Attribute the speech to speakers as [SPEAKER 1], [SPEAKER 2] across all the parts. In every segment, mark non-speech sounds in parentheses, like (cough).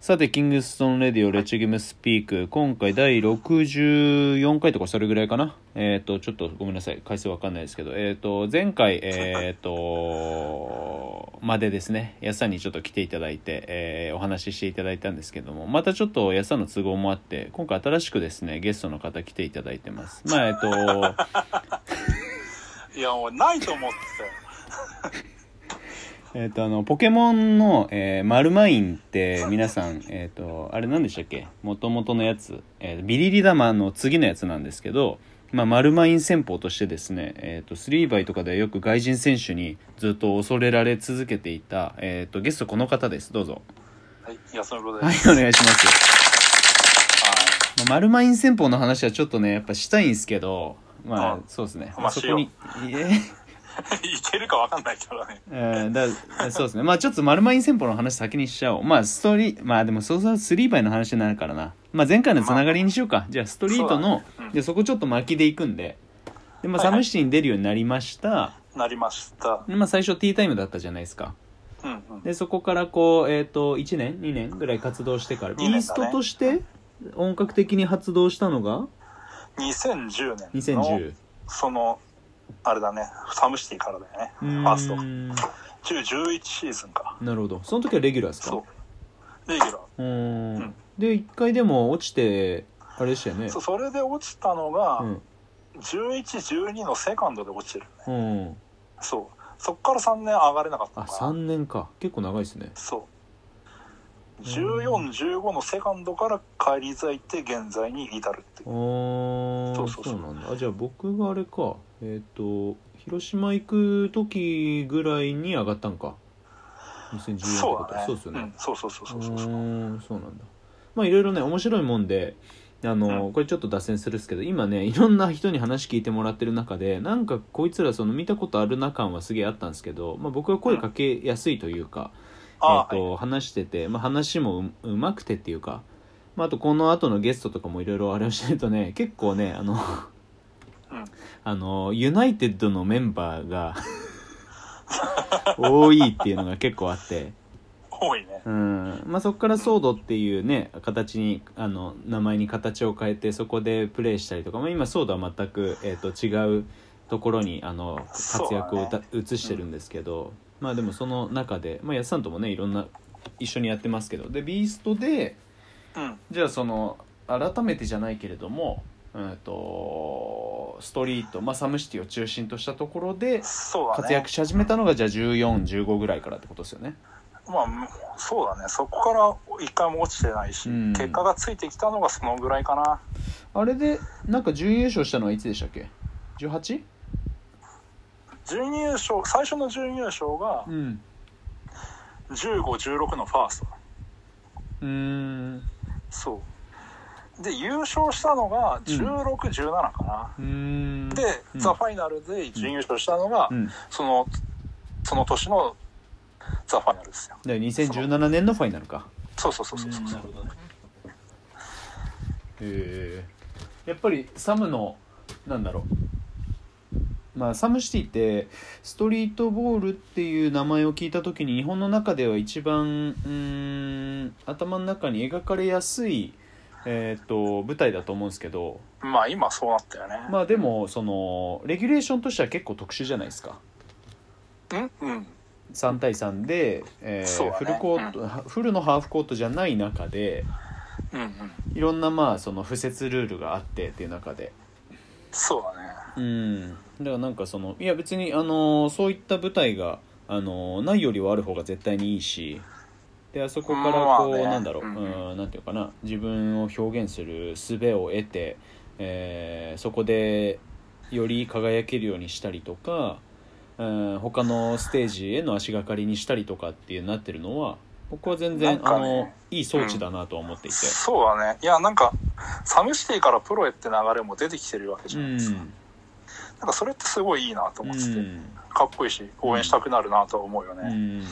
[SPEAKER 1] さて、キングストンレディオ、レッチゲームスピーク、今回第64回とかそれぐらいかな。えっ、と、ちょっとごめんなさい、回数わかんないですけど、えっ、と、前回、えっ、と、までですね、安さんにちょっと来ていただいて、えーお話ししていただいたんですけども、またちょっと安さんの都合もあって、今回新しくですね、ゲストの方来ていただいてます。まあ、えっ、と、
[SPEAKER 2] いや、俺、ないと思ってたよ。
[SPEAKER 1] えっ、とあのポケモンの、えー、マルマインって皆さんえっ、とあれ何でしたっけ元々のやつ、えービリリ玉の次のやつなんですけどまあ、マルマイン戦法としてですね、えー、とスリーバイとかでよく外人選手にずっと恐れられ続けていた、えー、とゲストこの方ですどうぞ
[SPEAKER 2] はい、安村で
[SPEAKER 1] はい
[SPEAKER 2] す。
[SPEAKER 1] お願いします
[SPEAKER 2] は
[SPEAKER 1] まあ、マルマイン戦法の話はちょっとねやっぱしたいんですけどまあ
[SPEAKER 2] あ
[SPEAKER 1] そうですね、
[SPEAKER 2] まあ
[SPEAKER 1] そこにいえ
[SPEAKER 2] い。 (laughs) いけるかわかんないからね。
[SPEAKER 1] えーだそうですねまあちょっと丸マイン戦法の話先にしちゃおうまあストーリーまあでもそうそうスリーバイの話になるからな、まあ、前回のつながりにしようか、じゃあストリートの
[SPEAKER 2] そうだねうん
[SPEAKER 1] でそこちょっと巻きでいくんでで、まあ、
[SPEAKER 2] はい
[SPEAKER 1] サ
[SPEAKER 2] はい
[SPEAKER 1] ムシティに出るようになりました、
[SPEAKER 2] なりました。
[SPEAKER 1] でまあ、最初ティータイムだったじゃないですか
[SPEAKER 2] うんうん。
[SPEAKER 1] でそこからこうえっ、と1年2年ぐらい活動してから、
[SPEAKER 2] 二
[SPEAKER 1] イ
[SPEAKER 2] 年だね
[SPEAKER 1] ーストとして本格的に発動したのが
[SPEAKER 2] 2010年の、
[SPEAKER 1] 2010
[SPEAKER 2] その、あれだね、サムシティからだよね。
[SPEAKER 1] う
[SPEAKER 2] フ
[SPEAKER 1] ーん
[SPEAKER 2] ァースト。10、11シーズンか。
[SPEAKER 1] なるほどその時はレギュラーですか
[SPEAKER 2] そう。レギュラー。
[SPEAKER 1] うーん
[SPEAKER 2] うん
[SPEAKER 1] で1回でも落ちてあれでしたよね
[SPEAKER 2] そうそれで落ちたのが、
[SPEAKER 1] うん
[SPEAKER 2] 11、12のセカンドで落ちてる。
[SPEAKER 1] うん、
[SPEAKER 2] そう。そっから3年上がれなかった
[SPEAKER 1] あ
[SPEAKER 2] のかな
[SPEAKER 1] 3年か結構長いですね
[SPEAKER 2] そう。14、15のセカンドから返り咲いて現在に至るっていう。
[SPEAKER 1] ああそ
[SPEAKER 2] そううそうそう
[SPEAKER 1] なんだあじゃあ僕があれかえっ、と広島行く時ぐらいに上がったんか2014って
[SPEAKER 2] そ
[SPEAKER 1] こ
[SPEAKER 2] う
[SPEAKER 1] と
[SPEAKER 2] だね。
[SPEAKER 1] そうですよね、
[SPEAKER 2] んそうそうそうそうそう
[SPEAKER 1] う
[SPEAKER 2] そう。
[SPEAKER 1] ーんそうなんだまあいろいろね面白いもんであの、
[SPEAKER 2] う
[SPEAKER 1] これちょっと脱線するんですけど今ねいろんな人に話聞いてもらってる中でなんかこいつらその見たことあるな感はすげえあったんですけど、まあ、僕は声かけやすいというか、
[SPEAKER 2] あ
[SPEAKER 1] えー
[SPEAKER 2] ー、
[SPEAKER 1] と話してて、まあ、話もううまくてっていうか、まあ、あとこの後のゲストとかもいろいろあれをしてるとね (laughs) 結構ねあの
[SPEAKER 2] うん
[SPEAKER 1] あのユナイテッドのメンバーが (laughs) 多いっていうのが結構あって。
[SPEAKER 2] 多いね。
[SPEAKER 1] うんまあ、そこからソードっていうね形にあの名前に形を変えてそこでプレイしたりとか、まあ、今ソードは全く、えー、と違うところにあの
[SPEAKER 2] そう
[SPEAKER 1] 活
[SPEAKER 2] だね
[SPEAKER 1] 躍をうた移してるんですけど、まあでもその中で、まあ、やっさんともねいろんな一緒にやってますけどでビーストで
[SPEAKER 2] うん。
[SPEAKER 1] じゃあその改めてじゃないけれども、うん、とストリート、まあ、サムシティを中心としたところで
[SPEAKER 2] そうだね。
[SPEAKER 1] 活躍し始めたのがじゃあ1415ぐらいからってことですよね。
[SPEAKER 2] まあもう、そうだね。そこから一回も落ちてないし、
[SPEAKER 1] うん
[SPEAKER 2] 結果がついてきたのがそのぐらいかな。
[SPEAKER 1] あれでなんか準優勝したのはいつでしたっけ 18?
[SPEAKER 2] 準優勝、最初の準優勝が
[SPEAKER 1] ん
[SPEAKER 2] 15、16のファースト。
[SPEAKER 1] うーんう
[SPEAKER 2] そう。で、優勝したのが16、17かな。
[SPEAKER 1] ーん
[SPEAKER 2] で、
[SPEAKER 1] うん
[SPEAKER 2] ザ・ファイナルで準優勝したのが、
[SPEAKER 1] うん
[SPEAKER 2] その、その年のザ・ファイナルですよ。
[SPEAKER 1] で2017年のファイナルか
[SPEAKER 2] そうそうそうそうそう。
[SPEAKER 1] うんなるほどねへえやっぱりサムのなんだろうまあサムシティってストリートボールっていう名前を聞いた時に日本の中では一番うーん頭の中に描かれやすい、えー、と舞台だと思うんですけど
[SPEAKER 2] まあ今そうなったよね。
[SPEAKER 1] まあでもそのレギュレーションとしては結構特殊じゃないですか
[SPEAKER 2] うんうん。
[SPEAKER 1] 3対3で、えー
[SPEAKER 2] そうだね
[SPEAKER 1] フルコート、はフルのハーフコートじゃない中で
[SPEAKER 2] うんうん。
[SPEAKER 1] いろんなまあその不設ルールがあってっていう中で
[SPEAKER 2] そうだね。
[SPEAKER 1] うんだからなんかそのいや別にあのーそういった舞台があのーないよりはある方が絶対にいいしであそこからこう、
[SPEAKER 2] まあね
[SPEAKER 1] なんだろう、う
[SPEAKER 2] うん
[SPEAKER 1] ん、なんていうかな自分を表現する術を得て、えーそこでより輝けるようにしたりとか、うん、他のステージへの足がかりにしたりとかっていうなってるのは僕は全然、
[SPEAKER 2] なん
[SPEAKER 1] あ
[SPEAKER 2] かね
[SPEAKER 1] のいい装置だなとは思っていて。
[SPEAKER 2] そうだね。いや、なんか、サムシティからプロへって流れも出てきてるわけじ
[SPEAKER 1] う
[SPEAKER 2] ゃない
[SPEAKER 1] ん
[SPEAKER 2] ですか。なんかそれってすごいいいなと
[SPEAKER 1] う
[SPEAKER 2] 思ってて、
[SPEAKER 1] ん
[SPEAKER 2] かっこいいし、応援したくなるなとは思うよ
[SPEAKER 1] う
[SPEAKER 2] ね。
[SPEAKER 1] ん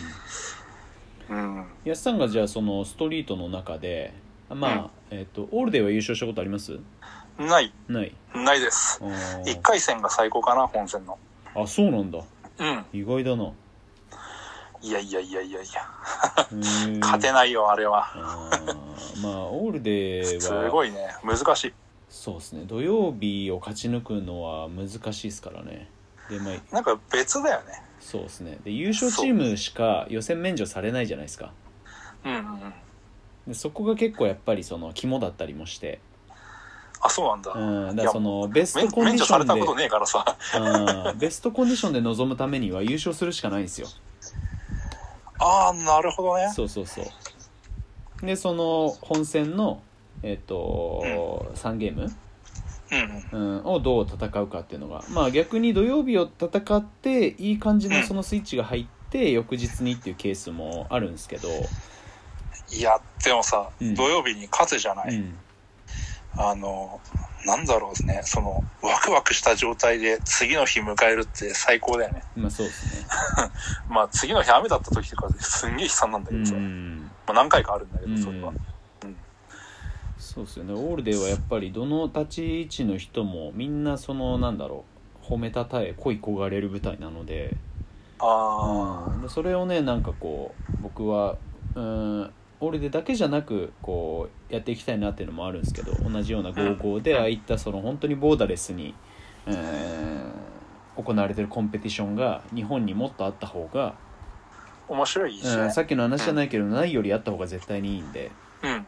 [SPEAKER 2] うん。
[SPEAKER 1] やすさんがじゃあそのストリートの中で
[SPEAKER 2] う
[SPEAKER 1] まあ、えっとオールデイは優勝したことあります
[SPEAKER 2] ない、
[SPEAKER 1] ない
[SPEAKER 2] ないです。
[SPEAKER 1] あー
[SPEAKER 2] 1回戦が最高かな、本戦の。
[SPEAKER 1] あそうなんだ
[SPEAKER 2] うん。
[SPEAKER 1] 意外だな
[SPEAKER 2] いやいやいやいやいや、
[SPEAKER 1] へー
[SPEAKER 2] (laughs) 勝てないよ、あれは。
[SPEAKER 1] あーまあオールデーは
[SPEAKER 2] すごいね、難しい。
[SPEAKER 1] そうですね土曜日を勝ち抜くのは難しいですからねでまあ
[SPEAKER 2] なんか別だよね。
[SPEAKER 1] そうですねで優勝チームしか予選免除されないじゃないですか
[SPEAKER 2] うんうんうん。
[SPEAKER 1] でそこが結構やっぱりその肝だったりもして、
[SPEAKER 2] あ、そうなんだ。
[SPEAKER 1] うん、だか
[SPEAKER 2] い
[SPEAKER 1] ら
[SPEAKER 2] や
[SPEAKER 1] そのベスト
[SPEAKER 2] 免
[SPEAKER 1] コンデ
[SPEAKER 2] 免
[SPEAKER 1] ィ
[SPEAKER 2] 除
[SPEAKER 1] シ
[SPEAKER 2] さ
[SPEAKER 1] ョ
[SPEAKER 2] れ
[SPEAKER 1] ン
[SPEAKER 2] たこと
[SPEAKER 1] で、
[SPEAKER 2] ねえからさ。
[SPEAKER 1] うん、ベストコンディションで臨むためには優勝するしかないんですよ
[SPEAKER 2] ああ、なるほどね。
[SPEAKER 1] そうそうそうでその本戦のえっ、と、3ゲーム、
[SPEAKER 2] うんうん。
[SPEAKER 1] うん、をどう戦うかっていうのがまあ逆に土曜日を戦っていい感じのそのスイッチが入って翌日にっていうケースもあるんですけど、
[SPEAKER 2] いや、でもさ、
[SPEAKER 1] うん
[SPEAKER 2] 土曜日に勝つじゃな
[SPEAKER 1] う
[SPEAKER 2] い。
[SPEAKER 1] ん、
[SPEAKER 2] あの、なんだろうね、その、ワクワクした状態で次の日迎えるって最高だよね。
[SPEAKER 1] まあそうですね
[SPEAKER 2] まあ次の日雨だった時とかすんげえ悲惨なんだ
[SPEAKER 1] う
[SPEAKER 2] けどさ、も
[SPEAKER 1] ん
[SPEAKER 2] う何回かあるんだけど、それは。
[SPEAKER 1] そうですよねオールデーはやっぱりどの立ち位置の人もみんなそのなんだろう褒めたたえ恋焦がれる舞台なので
[SPEAKER 2] ああ、
[SPEAKER 1] でそれをねなんかこう僕はうんオールデーだけじゃなくこうやっていきたいなっていうのもあるんですけど同じような合コンでああいったその本当にボーダレスにうん行われてるコンペティションが日本にもっとあった方が、
[SPEAKER 2] 面白いし
[SPEAKER 1] う
[SPEAKER 2] ね
[SPEAKER 1] ん、。さっきの話じゃないけどないよりあった方が絶対にいいんで。
[SPEAKER 2] うん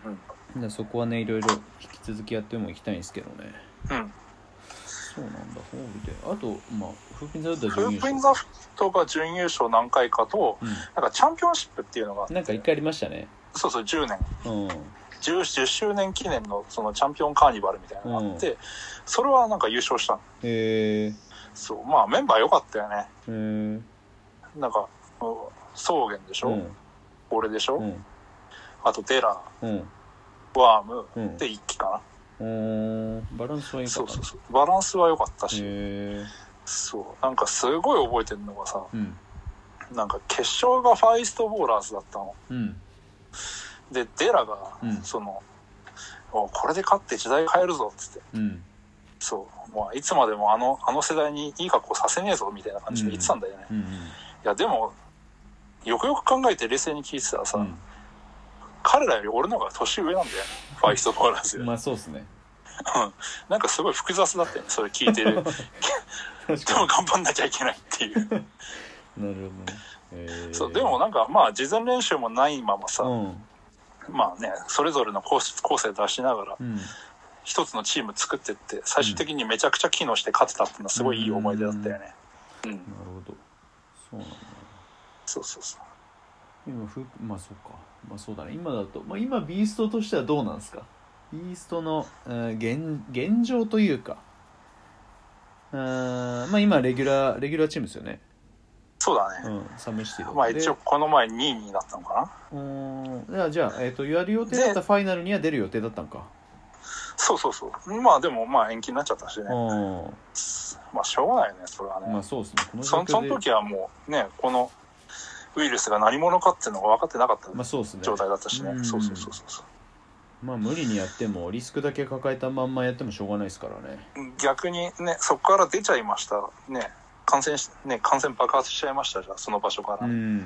[SPEAKER 2] うん。
[SPEAKER 1] でそこはねいろいろ引き続きやってもいきたいんですけどね
[SPEAKER 2] うん。
[SPEAKER 1] そうなんだホールであとまあフーピンザウッドは
[SPEAKER 2] フ
[SPEAKER 1] 準優
[SPEAKER 2] ープイン
[SPEAKER 1] 勝
[SPEAKER 2] ザフトが準優勝何回かと、なんかチャンピオンシップっていうのがあっ
[SPEAKER 1] う
[SPEAKER 2] て
[SPEAKER 1] ん、なんか一回ありましたね
[SPEAKER 2] そうそう、10年、
[SPEAKER 1] うん
[SPEAKER 2] 10, 10周年記念のそのチャンピオンカーニバルみたいなのがあって、それはなんか優勝したの。
[SPEAKER 1] えー、
[SPEAKER 2] そう、まあメンバー良かったよね。
[SPEAKER 1] えー、
[SPEAKER 2] なんか、うん草原でしょ、
[SPEAKER 1] うん
[SPEAKER 2] 俺でしょ、
[SPEAKER 1] うん
[SPEAKER 2] あとデラ、
[SPEAKER 1] うん
[SPEAKER 2] ワーム、
[SPEAKER 1] うん
[SPEAKER 2] で一気かな。
[SPEAKER 1] うんバランスはいいか
[SPEAKER 2] そ
[SPEAKER 1] な
[SPEAKER 2] うそうそう。バランスは良かったし、
[SPEAKER 1] え
[SPEAKER 2] そう。なんかすごい覚えてるのがさ、
[SPEAKER 1] ー、うん
[SPEAKER 2] なんか決勝がファイストボーラーズだったの。
[SPEAKER 1] うん
[SPEAKER 2] で、デラが、
[SPEAKER 1] うん
[SPEAKER 2] その、おこれで勝って時代変えるぞっつって。
[SPEAKER 1] うん
[SPEAKER 2] そう。まあ、いつまでもあの、あの世代にいい格好させねえぞみたいな感じで言ってたんだよね。
[SPEAKER 1] う
[SPEAKER 2] い
[SPEAKER 1] ん
[SPEAKER 2] や、でも、よくよく考えて冷静に聞いてたらさ、
[SPEAKER 1] うん
[SPEAKER 2] 彼らより俺の方が年上なんだよね。ファイストボーラーズ
[SPEAKER 1] う
[SPEAKER 2] よ
[SPEAKER 1] ん
[SPEAKER 2] (laughs) り。
[SPEAKER 1] まあそうですね
[SPEAKER 2] なんかすごい複雑だったよね。それ聞い (laughs) てる。でも
[SPEAKER 1] 確か
[SPEAKER 2] 頑張んなきゃいけないっていう。
[SPEAKER 1] になるほどね、えー、
[SPEAKER 2] そうでもなんかまあ事前練習もないままさ、
[SPEAKER 1] うん
[SPEAKER 2] まあねそれぞれのコース構成出しながら
[SPEAKER 1] うん
[SPEAKER 2] 一つのチーム作ってって最終的にめちゃくちゃ機能して勝てたっていうのはすごいいい思い出だったよねうん、
[SPEAKER 1] なるほどそうなんだ
[SPEAKER 2] そうそうそう
[SPEAKER 1] 今ふまあそうかまあそうだね今だと、まあ、今ビーストとしてはどうなんですかビーストの、うん現現状というかうんまあ今レギュラーレギュラーチームですよね、
[SPEAKER 2] そうだ
[SPEAKER 1] う
[SPEAKER 2] ね、
[SPEAKER 1] ん、サムシティとか
[SPEAKER 2] まあ一応この前2位になったのか
[SPEAKER 1] でう
[SPEAKER 2] な
[SPEAKER 1] んじゃあじゃあ、えっとやる予定だった
[SPEAKER 2] で
[SPEAKER 1] ファイナルには出る予定だったんか
[SPEAKER 2] そうそうそうまあでもまあ延期になっちゃったしね
[SPEAKER 1] う、ん
[SPEAKER 2] まあしょうがないよねそれはね、
[SPEAKER 1] まあそうですねこの
[SPEAKER 2] そのその時はもうねこのウイルスが何者かっていうのが分かってなかった
[SPEAKER 1] まあそうですね
[SPEAKER 2] 状態だったしね、
[SPEAKER 1] うん
[SPEAKER 2] そうそうそうそうそう
[SPEAKER 1] まあ無理にやってもリスクだけ抱えたまんまやってもしょうがないですからね
[SPEAKER 2] 逆にねそこから出ちゃいましたね感染しね感染爆発しちゃいましたじゃあその場所から、
[SPEAKER 1] う
[SPEAKER 2] ね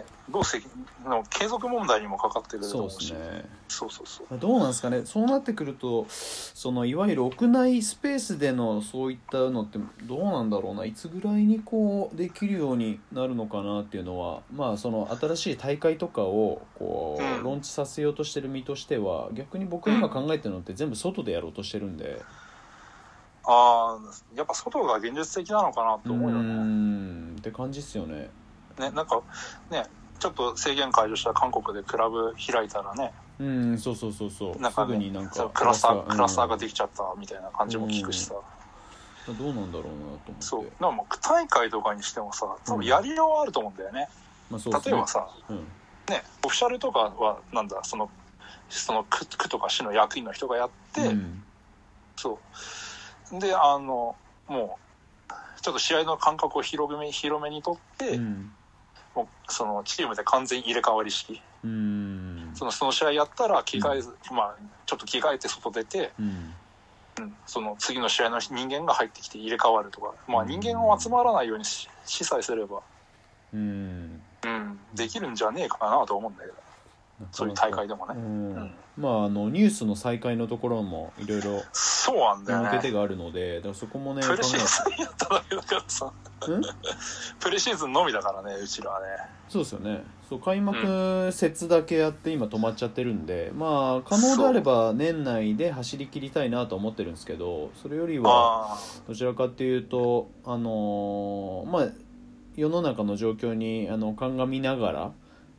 [SPEAKER 1] ん
[SPEAKER 2] どうせの継続問題にもかかってるだ
[SPEAKER 1] そ
[SPEAKER 2] ろ
[SPEAKER 1] う
[SPEAKER 2] う
[SPEAKER 1] です
[SPEAKER 2] し
[SPEAKER 1] ね
[SPEAKER 2] そうそうそう
[SPEAKER 1] まあどうなんですかねそうなってくるとそのいわゆる屋内スペースでのそういったのってどうなんだろうないつぐらいにこうできるようになるのかなっていうのはまあその新しい大会とかをこ
[SPEAKER 2] う
[SPEAKER 1] うんローンチさせようとしてる身としては逆に僕が今考えてるのって全部外でやろうとしてるんで
[SPEAKER 2] ああやっぱ外が現実的なのかな
[SPEAKER 1] う
[SPEAKER 2] と
[SPEAKER 1] ー
[SPEAKER 2] 思うよね,、
[SPEAKER 1] んって感じっすよね。
[SPEAKER 2] ねなんかねちょっと制限解除した韓国でクラブ開いたらね
[SPEAKER 1] うんそうそうそうそう
[SPEAKER 2] なんか,、
[SPEAKER 1] すぐ
[SPEAKER 2] ね
[SPEAKER 1] になん
[SPEAKER 2] そ
[SPEAKER 1] か
[SPEAKER 2] うクラスター
[SPEAKER 1] うん
[SPEAKER 2] クラスターができちゃったみたいな感じも聞くしさ、
[SPEAKER 1] どうなんだろうなと思って
[SPEAKER 2] そうでももう大会とかにしてもさ多分やりようはあると思うんだよね、
[SPEAKER 1] まあそうっすね
[SPEAKER 2] 例えばさ
[SPEAKER 1] うん
[SPEAKER 2] ね、オフィシャルとかはなんだそのその区区とか市の役員の人がやって、
[SPEAKER 1] うん
[SPEAKER 2] そうであのもうちょっと試合の間隔を広め広めにとって、
[SPEAKER 1] うん
[SPEAKER 2] もうそのチームで完全入れ替わり式
[SPEAKER 1] うん
[SPEAKER 2] そのその試合やったら着替えず、まあ、ちょっと着替えて外出て、
[SPEAKER 1] うん
[SPEAKER 2] うんその次の試合の人間が入ってきて入れ替わるとか、まあ、人間を集まらないようにし示唆すれば、
[SPEAKER 1] うん
[SPEAKER 2] うんできるんじゃねえかなと思うんだけどそういう大会でも
[SPEAKER 1] う
[SPEAKER 2] ね、
[SPEAKER 1] ん
[SPEAKER 2] うん
[SPEAKER 1] まああのニュースの再開のところもいろいろ
[SPEAKER 2] そうなんだよ
[SPEAKER 1] 抜け手
[SPEAKER 2] ね
[SPEAKER 1] があるのでだからそこもね
[SPEAKER 2] プレシーズンやっただけだからさ
[SPEAKER 1] 考えうん
[SPEAKER 2] プレシーズンのみだからねうちらはね
[SPEAKER 1] そうですよねそう開幕節だけやって今止まっちゃってるんで、まあ可能であれば年内で走り切りたいなと思ってるんですけどそれよりは
[SPEAKER 2] あ
[SPEAKER 1] どちらかっていうとあのーまあ世の中の状況にあの鑑みながら、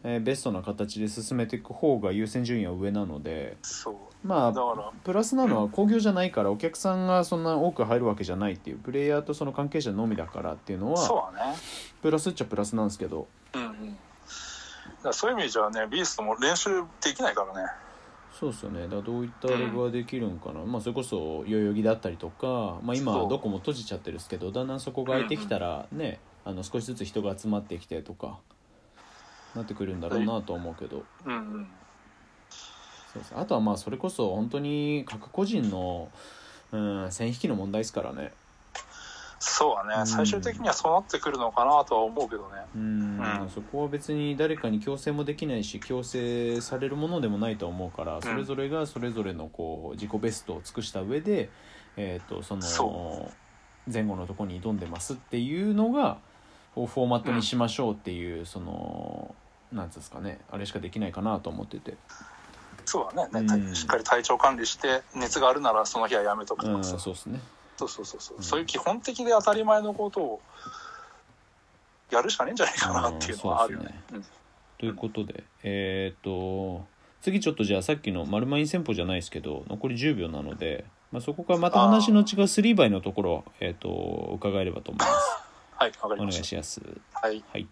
[SPEAKER 1] えーベストな形で進めていく方が優先順位は上なので
[SPEAKER 2] あそう
[SPEAKER 1] ま
[SPEAKER 2] だか
[SPEAKER 1] あ
[SPEAKER 2] ら
[SPEAKER 1] プラスなのは興行じゃないからお客さんがそんな多く入るわけじゃないっていうプレイヤーとその関係者のみだからっていうのは
[SPEAKER 2] そうだね
[SPEAKER 1] プラスっちゃプラスなんですけど
[SPEAKER 2] うんうんだからそういう意味じゃねビーストも練習できないからね
[SPEAKER 1] そうですよねだからどういったラグができるんかな、まあ、それこそ代々木だったりとか、まあ、今
[SPEAKER 2] そう
[SPEAKER 1] どこも閉じちゃってるんですけどだんだんそこが空いてきたらね、あの少しずつ人が集まってきてとかなってくるんだろうなとは思うけど、
[SPEAKER 2] うんうん
[SPEAKER 1] そうですあとはまあそれこそ本当に各個人の、うん、線引きの問題ですからね
[SPEAKER 2] そうだ
[SPEAKER 1] う
[SPEAKER 2] ね
[SPEAKER 1] ん
[SPEAKER 2] 最終的にはそうなってくるのかなとは思うけどね
[SPEAKER 1] うん、
[SPEAKER 2] うん
[SPEAKER 1] そこは別に誰かに強制もできないし強制されるものでもないとは思うからそれぞれがそれぞれのこう自己ベストを尽くした上で、えー、とその
[SPEAKER 2] そ
[SPEAKER 1] 前後のとこに挑んでますっていうのがをフォーマットにしましょうっていう、そのなんつうんですかねあれしかできないかなと思ってて、
[SPEAKER 2] そうだね
[SPEAKER 1] うん
[SPEAKER 2] ね、体しっかり体調管理して熱があるならその日はやめとく
[SPEAKER 1] う
[SPEAKER 2] と
[SPEAKER 1] ん、
[SPEAKER 2] かさ、
[SPEAKER 1] そうですね
[SPEAKER 2] そうそうそうそう、
[SPEAKER 1] うん
[SPEAKER 2] そういう基本的で当たり前のことをやるしかねえんじゃないかなっていうのはあるよね。
[SPEAKER 1] ということで、えっ、と次ちょっとじゃあさっきの「丸マイン戦法」じゃないですけど残り10秒なので、まあ、そこからまた話の違うスリーバイのところ、えー、と伺えればと思います。
[SPEAKER 2] はい、わか
[SPEAKER 1] お
[SPEAKER 2] り
[SPEAKER 1] 願い
[SPEAKER 2] ました。
[SPEAKER 1] します。
[SPEAKER 2] はい
[SPEAKER 1] はい